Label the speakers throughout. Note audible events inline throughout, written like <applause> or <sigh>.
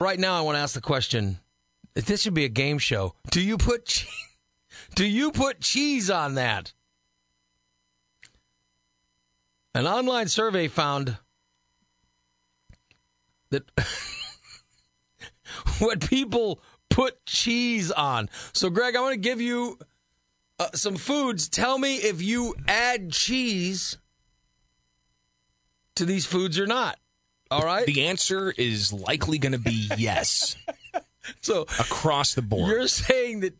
Speaker 1: Right now, I want to ask the question: This should be a game show. Do you put <laughs> che- do you put cheese on that? An online survey found that <laughs> what people put cheese on. So, Greg, I want to give you uh, some foods. Tell me if you add cheese to these foods or not. All right.
Speaker 2: The answer is likely going to <laughs> be yes
Speaker 1: So,
Speaker 2: across the board.
Speaker 1: you're saying that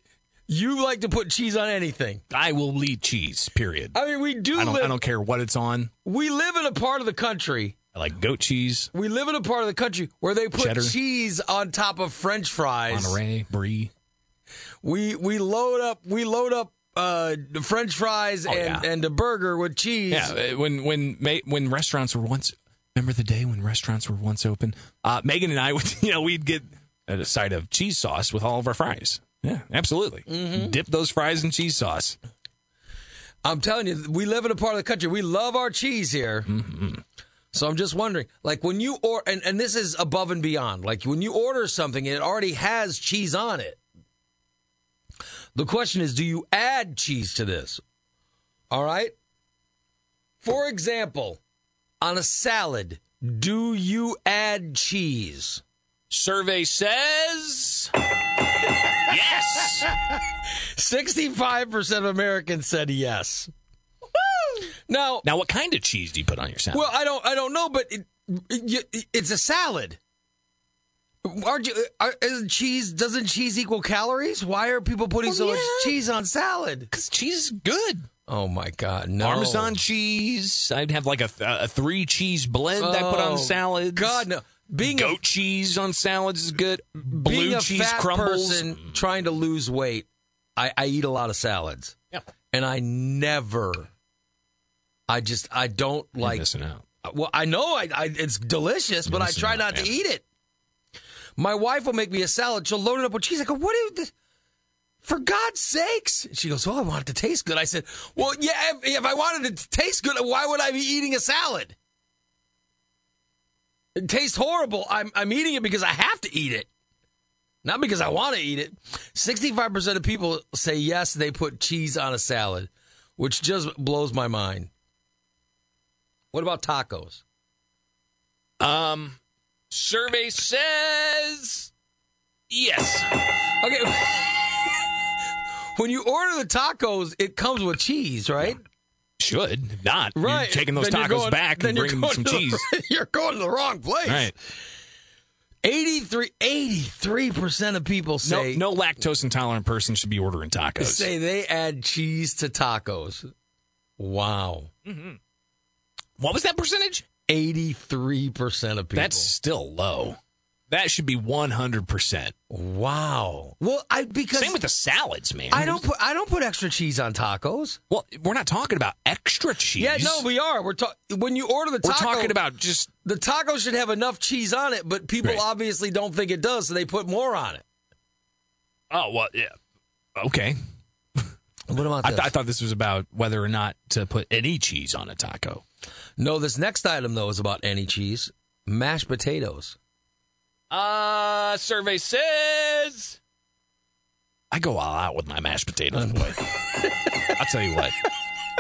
Speaker 1: you like to put cheese on anything.
Speaker 2: I will eat cheese. Period.
Speaker 1: I mean, we do
Speaker 2: I don't.
Speaker 1: live.
Speaker 2: I don't care what it's on.
Speaker 1: we live in a part of the country.
Speaker 2: I like goat cheese,
Speaker 1: We live in a part of the country where they put
Speaker 2: Cheddar.
Speaker 1: cheese on top of French fries.
Speaker 2: Monterey, brie.
Speaker 1: We we load up. We load up uh, French fries
Speaker 2: Oh,
Speaker 1: and
Speaker 2: yeah.
Speaker 1: and a burger with cheese.
Speaker 2: Yeah, uh, when when ma- when restaurants were once remember the day when restaurants were once open. Uh, Megan and I would <laughs> you know we'd get a side of cheese sauce with all of our fries. Yeah, absolutely. Dip those fries in cheese sauce.
Speaker 1: I'm telling you, we live in a part of the country. We love our cheese here. So I'm just wondering, like when you or and, and this is above and beyond. Like when you order something, and it already has cheese on it. The question is, do you add cheese to this? All right. For example, on a salad, do you add cheese?
Speaker 2: Survey says yes.
Speaker 1: 65% of Americans said yes. Now,
Speaker 2: Now, what kind of cheese do you put on your salad?
Speaker 1: Well, I don't, I don't know, but it, it, it- it's a salad. Aren't you? Are, isn't cheese doesn't cheese equal calories? Why are people putting so much
Speaker 2: Oh, yeah.
Speaker 1: cheese on salad?
Speaker 2: because cheese is good.
Speaker 1: Oh my God, no!
Speaker 2: Parmesan cheese. I'd have like a, a three cheese blend I put
Speaker 1: Oh,
Speaker 2: on salads.
Speaker 1: God no! Being
Speaker 2: Goat cheese on salads is good.
Speaker 1: a,
Speaker 2: Blue
Speaker 1: being a
Speaker 2: cheese
Speaker 1: fat
Speaker 2: crumbles.
Speaker 1: person trying to lose weight, I, I eat a lot of salads,
Speaker 2: Yeah.
Speaker 1: and I never. I just I don't like
Speaker 2: missing out.
Speaker 1: Well, I know I, I it's delicious, but I
Speaker 2: Listen
Speaker 1: try
Speaker 2: up,
Speaker 1: not to
Speaker 2: man.
Speaker 1: eat it. My wife will make me a salad. She'll load it up with cheese. I go, what do you? This? For God's sakes! She goes, well, I want it to taste good. I said, well, yeah. If, if I wanted it to taste good, why would I be eating a salad? It tastes horrible. I'm I'm eating it because I have to eat it, not because I want to eat it. Sixty five percent of people say yes, they put cheese on a salad, which just blows my mind. What about tacos?
Speaker 2: Um, survey says yes.
Speaker 1: Okay. <laughs> when you order the tacos, it comes with cheese, right?
Speaker 2: Should if not. you're
Speaker 1: Right.
Speaker 2: taking those
Speaker 1: Then
Speaker 2: tacos
Speaker 1: you're going-
Speaker 2: back
Speaker 1: then
Speaker 2: and
Speaker 1: you're
Speaker 2: bringing
Speaker 1: going
Speaker 2: some
Speaker 1: to the- <laughs>
Speaker 2: cheese.
Speaker 1: you're going to the wrong place.
Speaker 2: All right.
Speaker 1: 83 percent of people
Speaker 2: No,
Speaker 1: say
Speaker 2: no lactose intolerant person should be ordering tacos.
Speaker 1: say they add cheese to tacos. Wow.
Speaker 2: Mm-hmm. what was that percentage?
Speaker 1: 83% of people.
Speaker 2: That's still low. That should be one hundred percent.
Speaker 1: wow. Well, I because
Speaker 2: Same with the salads, man.
Speaker 1: I don't put I don't put extra cheese on tacos.
Speaker 2: Well, we're not talking about extra cheese.
Speaker 1: Yeah, no, we are. We're talking when you order the
Speaker 2: we're
Speaker 1: taco
Speaker 2: talking about just
Speaker 1: the taco should have enough cheese on it, but people
Speaker 2: Right.
Speaker 1: obviously don't think it does, so they put more on it.
Speaker 2: oh well, yeah, okay.
Speaker 1: What about
Speaker 2: I,
Speaker 1: this?
Speaker 2: th- I thought this was about whether or not to put any cheese on a taco.
Speaker 1: no, this next item though is about any cheese, mashed potatoes.
Speaker 2: Uh survey says I go all out with my
Speaker 1: <laughs>
Speaker 2: mashed potatoes, boy. I'll tell you what.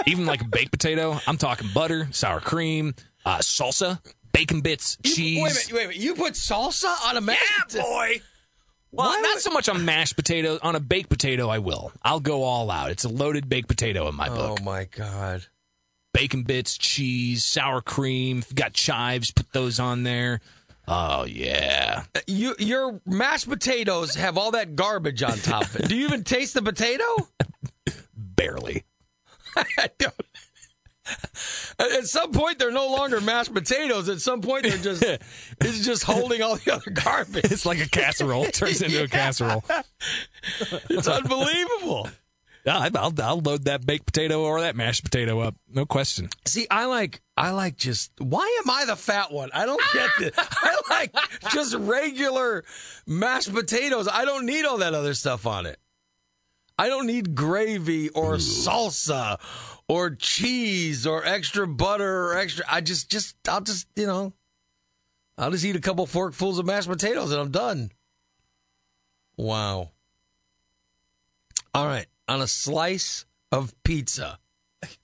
Speaker 2: Even like a baked potato, I'm talking butter, sour cream, uh, salsa, bacon bits, cheese.
Speaker 1: Wait a minute, wait a minute. You put salsa on a mashed
Speaker 2: Yeah,
Speaker 1: potato?
Speaker 2: boy. Well,
Speaker 1: Why
Speaker 2: not
Speaker 1: would-
Speaker 2: so much on mashed potatoes. On a baked potato, I will. I'll go all out. It's a loaded baked potato in my
Speaker 1: Oh
Speaker 2: book.
Speaker 1: my god.
Speaker 2: Bacon bits, cheese, sour cream. If you got chives, put those on there. Oh yeah.
Speaker 1: Uh, You your mashed potatoes have all that garbage on top <laughs> of it. Do you even taste the potato?
Speaker 2: Barely.
Speaker 1: <laughs> I don't. At at some point, they're no longer mashed potatoes. At some point, they're <laughs> just it's just holding all the other garbage.
Speaker 2: <laughs> It's like a casserole. It turns <laughs> into a casserole.
Speaker 1: <laughs> It's unbelievable.
Speaker 2: Yeah, I- I'll, I'll load that baked potato or that mashed potato up. No question.
Speaker 1: See, I like I like just why am I the fat one? I don't get this. I like just regular mashed potatoes. I don't need all that other stuff on it. I don't need gravy or salsa or cheese or extra butter or extra I just just I'll just, you know, I'll just eat a couple forkfuls of mashed potatoes and I'm done. Wow. All right, on a slice of pizza.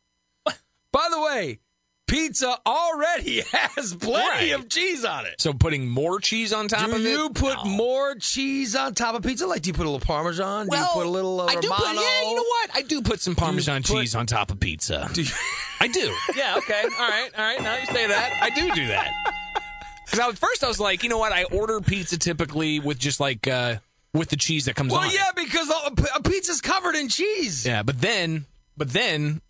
Speaker 1: <laughs> By the way, pizza already <laughs> has plenty
Speaker 2: Right.
Speaker 1: of cheese on it.
Speaker 2: So putting more cheese on top
Speaker 1: Do
Speaker 2: of it.
Speaker 1: you put
Speaker 2: No.
Speaker 1: more cheese on top of pizza? Like, do you put a little Parmesan?
Speaker 2: Well,
Speaker 1: do you put a little uh,
Speaker 2: I do put,
Speaker 1: Romano?
Speaker 2: yeah, you know what? I do put some Parmesan
Speaker 1: put-
Speaker 2: cheese on top of pizza.
Speaker 1: Do you-
Speaker 2: I do. <laughs> Yeah, okay. All right, all right. Now you say that. I do do that. Because at first I was like, you know what? I order pizza typically with just like, uh, with the cheese that comes
Speaker 1: well,
Speaker 2: on. it.
Speaker 1: yeah, because all- a p- a pizza's covered in cheese.
Speaker 2: Yeah, but then, but then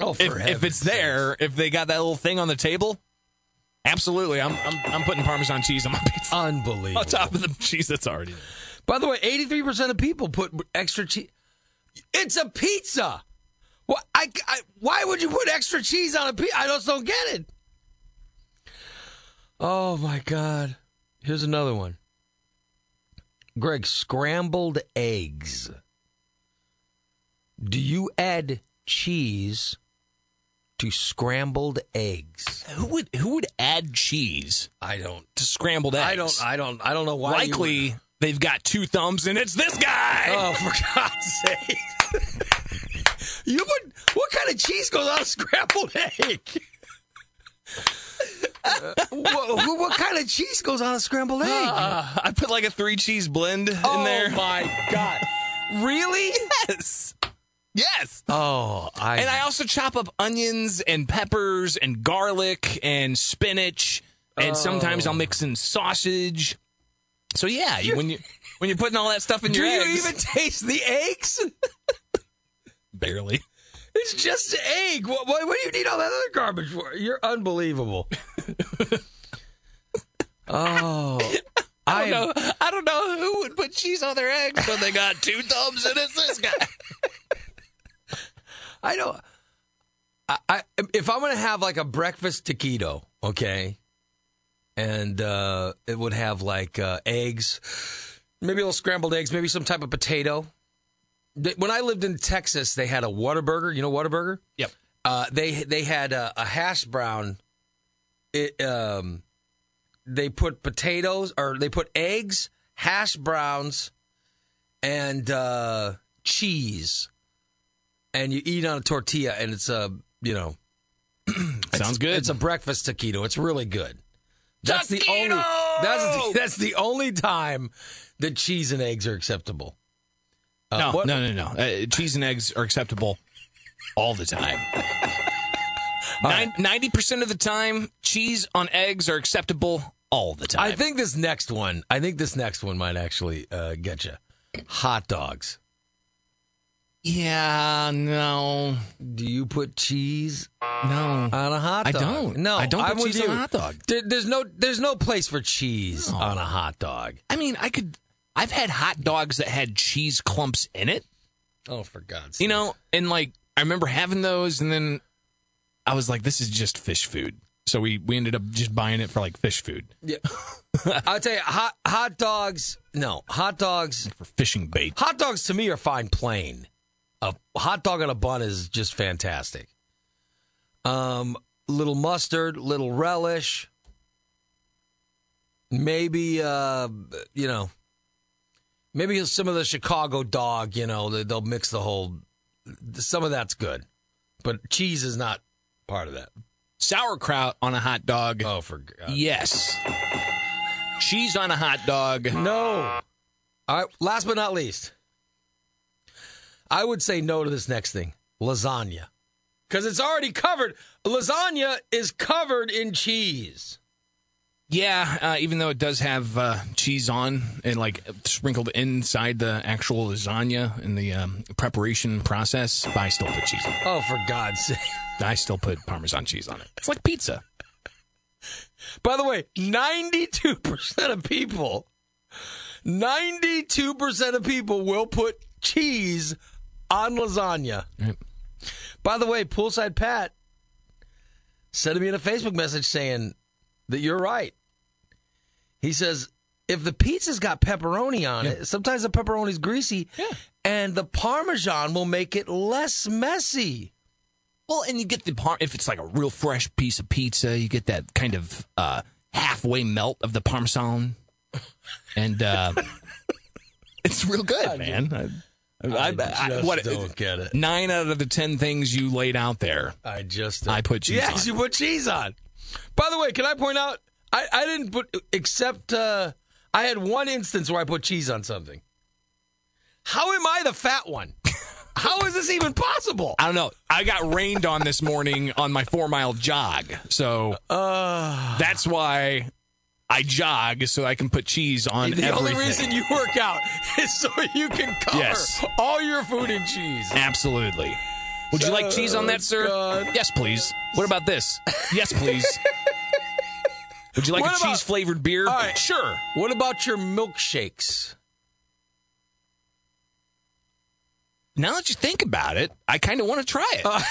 Speaker 1: Oh, for
Speaker 2: if, if
Speaker 1: heaven's
Speaker 2: it's
Speaker 1: sakes.
Speaker 2: there, if they got that little thing on the table, absolutely. I'm, I'm, I'm putting Parmesan cheese on my <laughs> pizza
Speaker 1: unbelievable.
Speaker 2: on top of the cheese that's already there.
Speaker 1: By the way, 83% of people put extra cheese. It's a pizza. Why, I, I- why would you put extra cheese on a pizza? I just don't get it. Oh, my God. Here's another one. Greg, scrambled eggs. Do you add cheese to scrambled eggs?
Speaker 2: Who would, who would add cheese
Speaker 1: I don't.
Speaker 2: to scrambled eggs?
Speaker 1: I don't. I don't. I don't know why. you
Speaker 2: likely
Speaker 1: would-
Speaker 2: they've got two thumbs and it's this guy.
Speaker 1: Oh, for God's sake. <laughs> you put what kind of cheese goes on a scrambled egg? <laughs> Uh, wha- who- what kind of cheese goes on a scrambled egg?
Speaker 2: Uh, <laughs> I put like a three cheese blend in there.
Speaker 1: my God. Really?
Speaker 2: Yes. Yes.
Speaker 1: Oh, I.
Speaker 2: And I also chop up onions and peppers and garlic and spinach and sometimes I'll mix in sausage. So yeah, you, <laughs> when you when you're putting all that stuff in
Speaker 1: do
Speaker 2: your
Speaker 1: you
Speaker 2: eggs,
Speaker 1: even taste the eggs? <laughs>
Speaker 2: barely.
Speaker 1: It's just an egg. What, what, what do you need all that other garbage for? You're
Speaker 2: <laughs>
Speaker 1: unbelievable. oh,
Speaker 2: I don't know. I don't know who would put cheese on their eggs when they got two thumbs and it's this guy.
Speaker 1: I don't. I, I if I'm gonna have like a breakfast taquito, okay, and uh, it would have like uh, eggs, maybe a little scrambled eggs, maybe some type of potato. They- When I lived in Texas, they had a Whataburger. You know Whataburger?
Speaker 2: <laughs> Yep.
Speaker 1: Uh, they they had a, a hash brown. It, um, they put potatoes or they put eggs, hash browns, and uh, cheese, and you eat on a tortilla, and it's a you know
Speaker 2: Sounds good.
Speaker 1: it's a breakfast taquito. It's really good. That's the only
Speaker 2: Taquito!
Speaker 1: that's the, that's the only time that cheese and eggs are acceptable. Uh,
Speaker 2: no,
Speaker 1: what-
Speaker 2: no, no, no. Uh, cheese and eggs are acceptable all the time.
Speaker 1: right.
Speaker 2: Ninety percent of the time, cheese on eggs are acceptable all the time.
Speaker 1: I think this next one. I think this next one might actually uh, get you. Hot dogs.
Speaker 2: yeah, no,
Speaker 1: Do you put cheese
Speaker 2: no.
Speaker 1: on a hot
Speaker 2: I
Speaker 1: dog?
Speaker 2: don't.
Speaker 1: No,
Speaker 2: I don't
Speaker 1: I'm
Speaker 2: put
Speaker 1: with
Speaker 2: cheese on
Speaker 1: you.
Speaker 2: a hot dog.
Speaker 1: There, there's no. There's no place for cheese on a hot dog.
Speaker 2: I mean, I could. I've had hot dogs that had cheese clumps in it.
Speaker 1: Oh, for God's sake!
Speaker 2: You know, and like I remember having those, and then I was like, "This is just fish food." So we we ended up just buying it for like fish food
Speaker 1: Yeah. I'll tell you, hot hot dogs. No, hot dogs.
Speaker 2: for fishing bait.
Speaker 1: Hot dogs to me are fine plain. A hot dog on a bun is just fantastic. Um, little mustard, little relish, maybe uh, you know, maybe some of the Chicago dog. You know, they- they'll mix the whole. Some of that's good, but cheese is not part of that.
Speaker 2: Sauerkraut on a hot dog.
Speaker 1: Oh, for God.
Speaker 2: Yes. Cheese on a hot dog.
Speaker 1: No. All right. Last but not least, I would say no to this next thing lasagna. Because it's already covered. Lasagna is covered in cheese.
Speaker 2: Yeah, uh, even though it does have uh, cheese on and like sprinkled inside the actual lasagna in the um, preparation process, but I still put cheese on it.
Speaker 1: Oh, for God's sake.
Speaker 2: I still put Parmesan cheese on it. It's like pizza.
Speaker 1: By the way, 92% of people, 92% of people will put cheese on lasagna.
Speaker 2: Right.
Speaker 1: By the way, Poolside Pat sent me in a Facebook message saying that you're right. He says, if the pizza's got pepperoni on it, sometimes the pepperoni's greasy,
Speaker 2: Yeah.
Speaker 1: and the Parmesan will make it less messy.
Speaker 2: Well, and you get the par if it's like a real fresh piece of pizza, you get that kind of uh, halfway melt of the parmesan, and uh, <laughs> it's real good, man. I, I- I-
Speaker 1: just
Speaker 2: what-
Speaker 1: don't get it.
Speaker 2: Nine out of the ten things you laid out there.
Speaker 1: I just
Speaker 2: I put cheese
Speaker 1: Yes,
Speaker 2: on.
Speaker 1: you put cheese on. By the way, can I point out? I, I didn't put except uh, I had one instance where I put cheese on something. How am I the fat one? How is this even possible?
Speaker 2: I don't know. I got rained on this morning on my four mile jog, so
Speaker 1: Uh,
Speaker 2: that's why I jog so I can put cheese on.
Speaker 1: the
Speaker 2: everything.
Speaker 1: only reason you work out <laughs> is so you can cover
Speaker 2: Yes.
Speaker 1: all your food in cheese.
Speaker 2: Absolutely. Would you like cheese on that, sir?
Speaker 1: Oh God.
Speaker 2: Yes, please. What about this? Yes, please. Would you like
Speaker 1: What
Speaker 2: a
Speaker 1: about-
Speaker 2: cheese flavored beer?
Speaker 1: All right.
Speaker 2: Sure.
Speaker 1: What about your milkshakes?
Speaker 2: Now that you think about it, I kind of want to try it.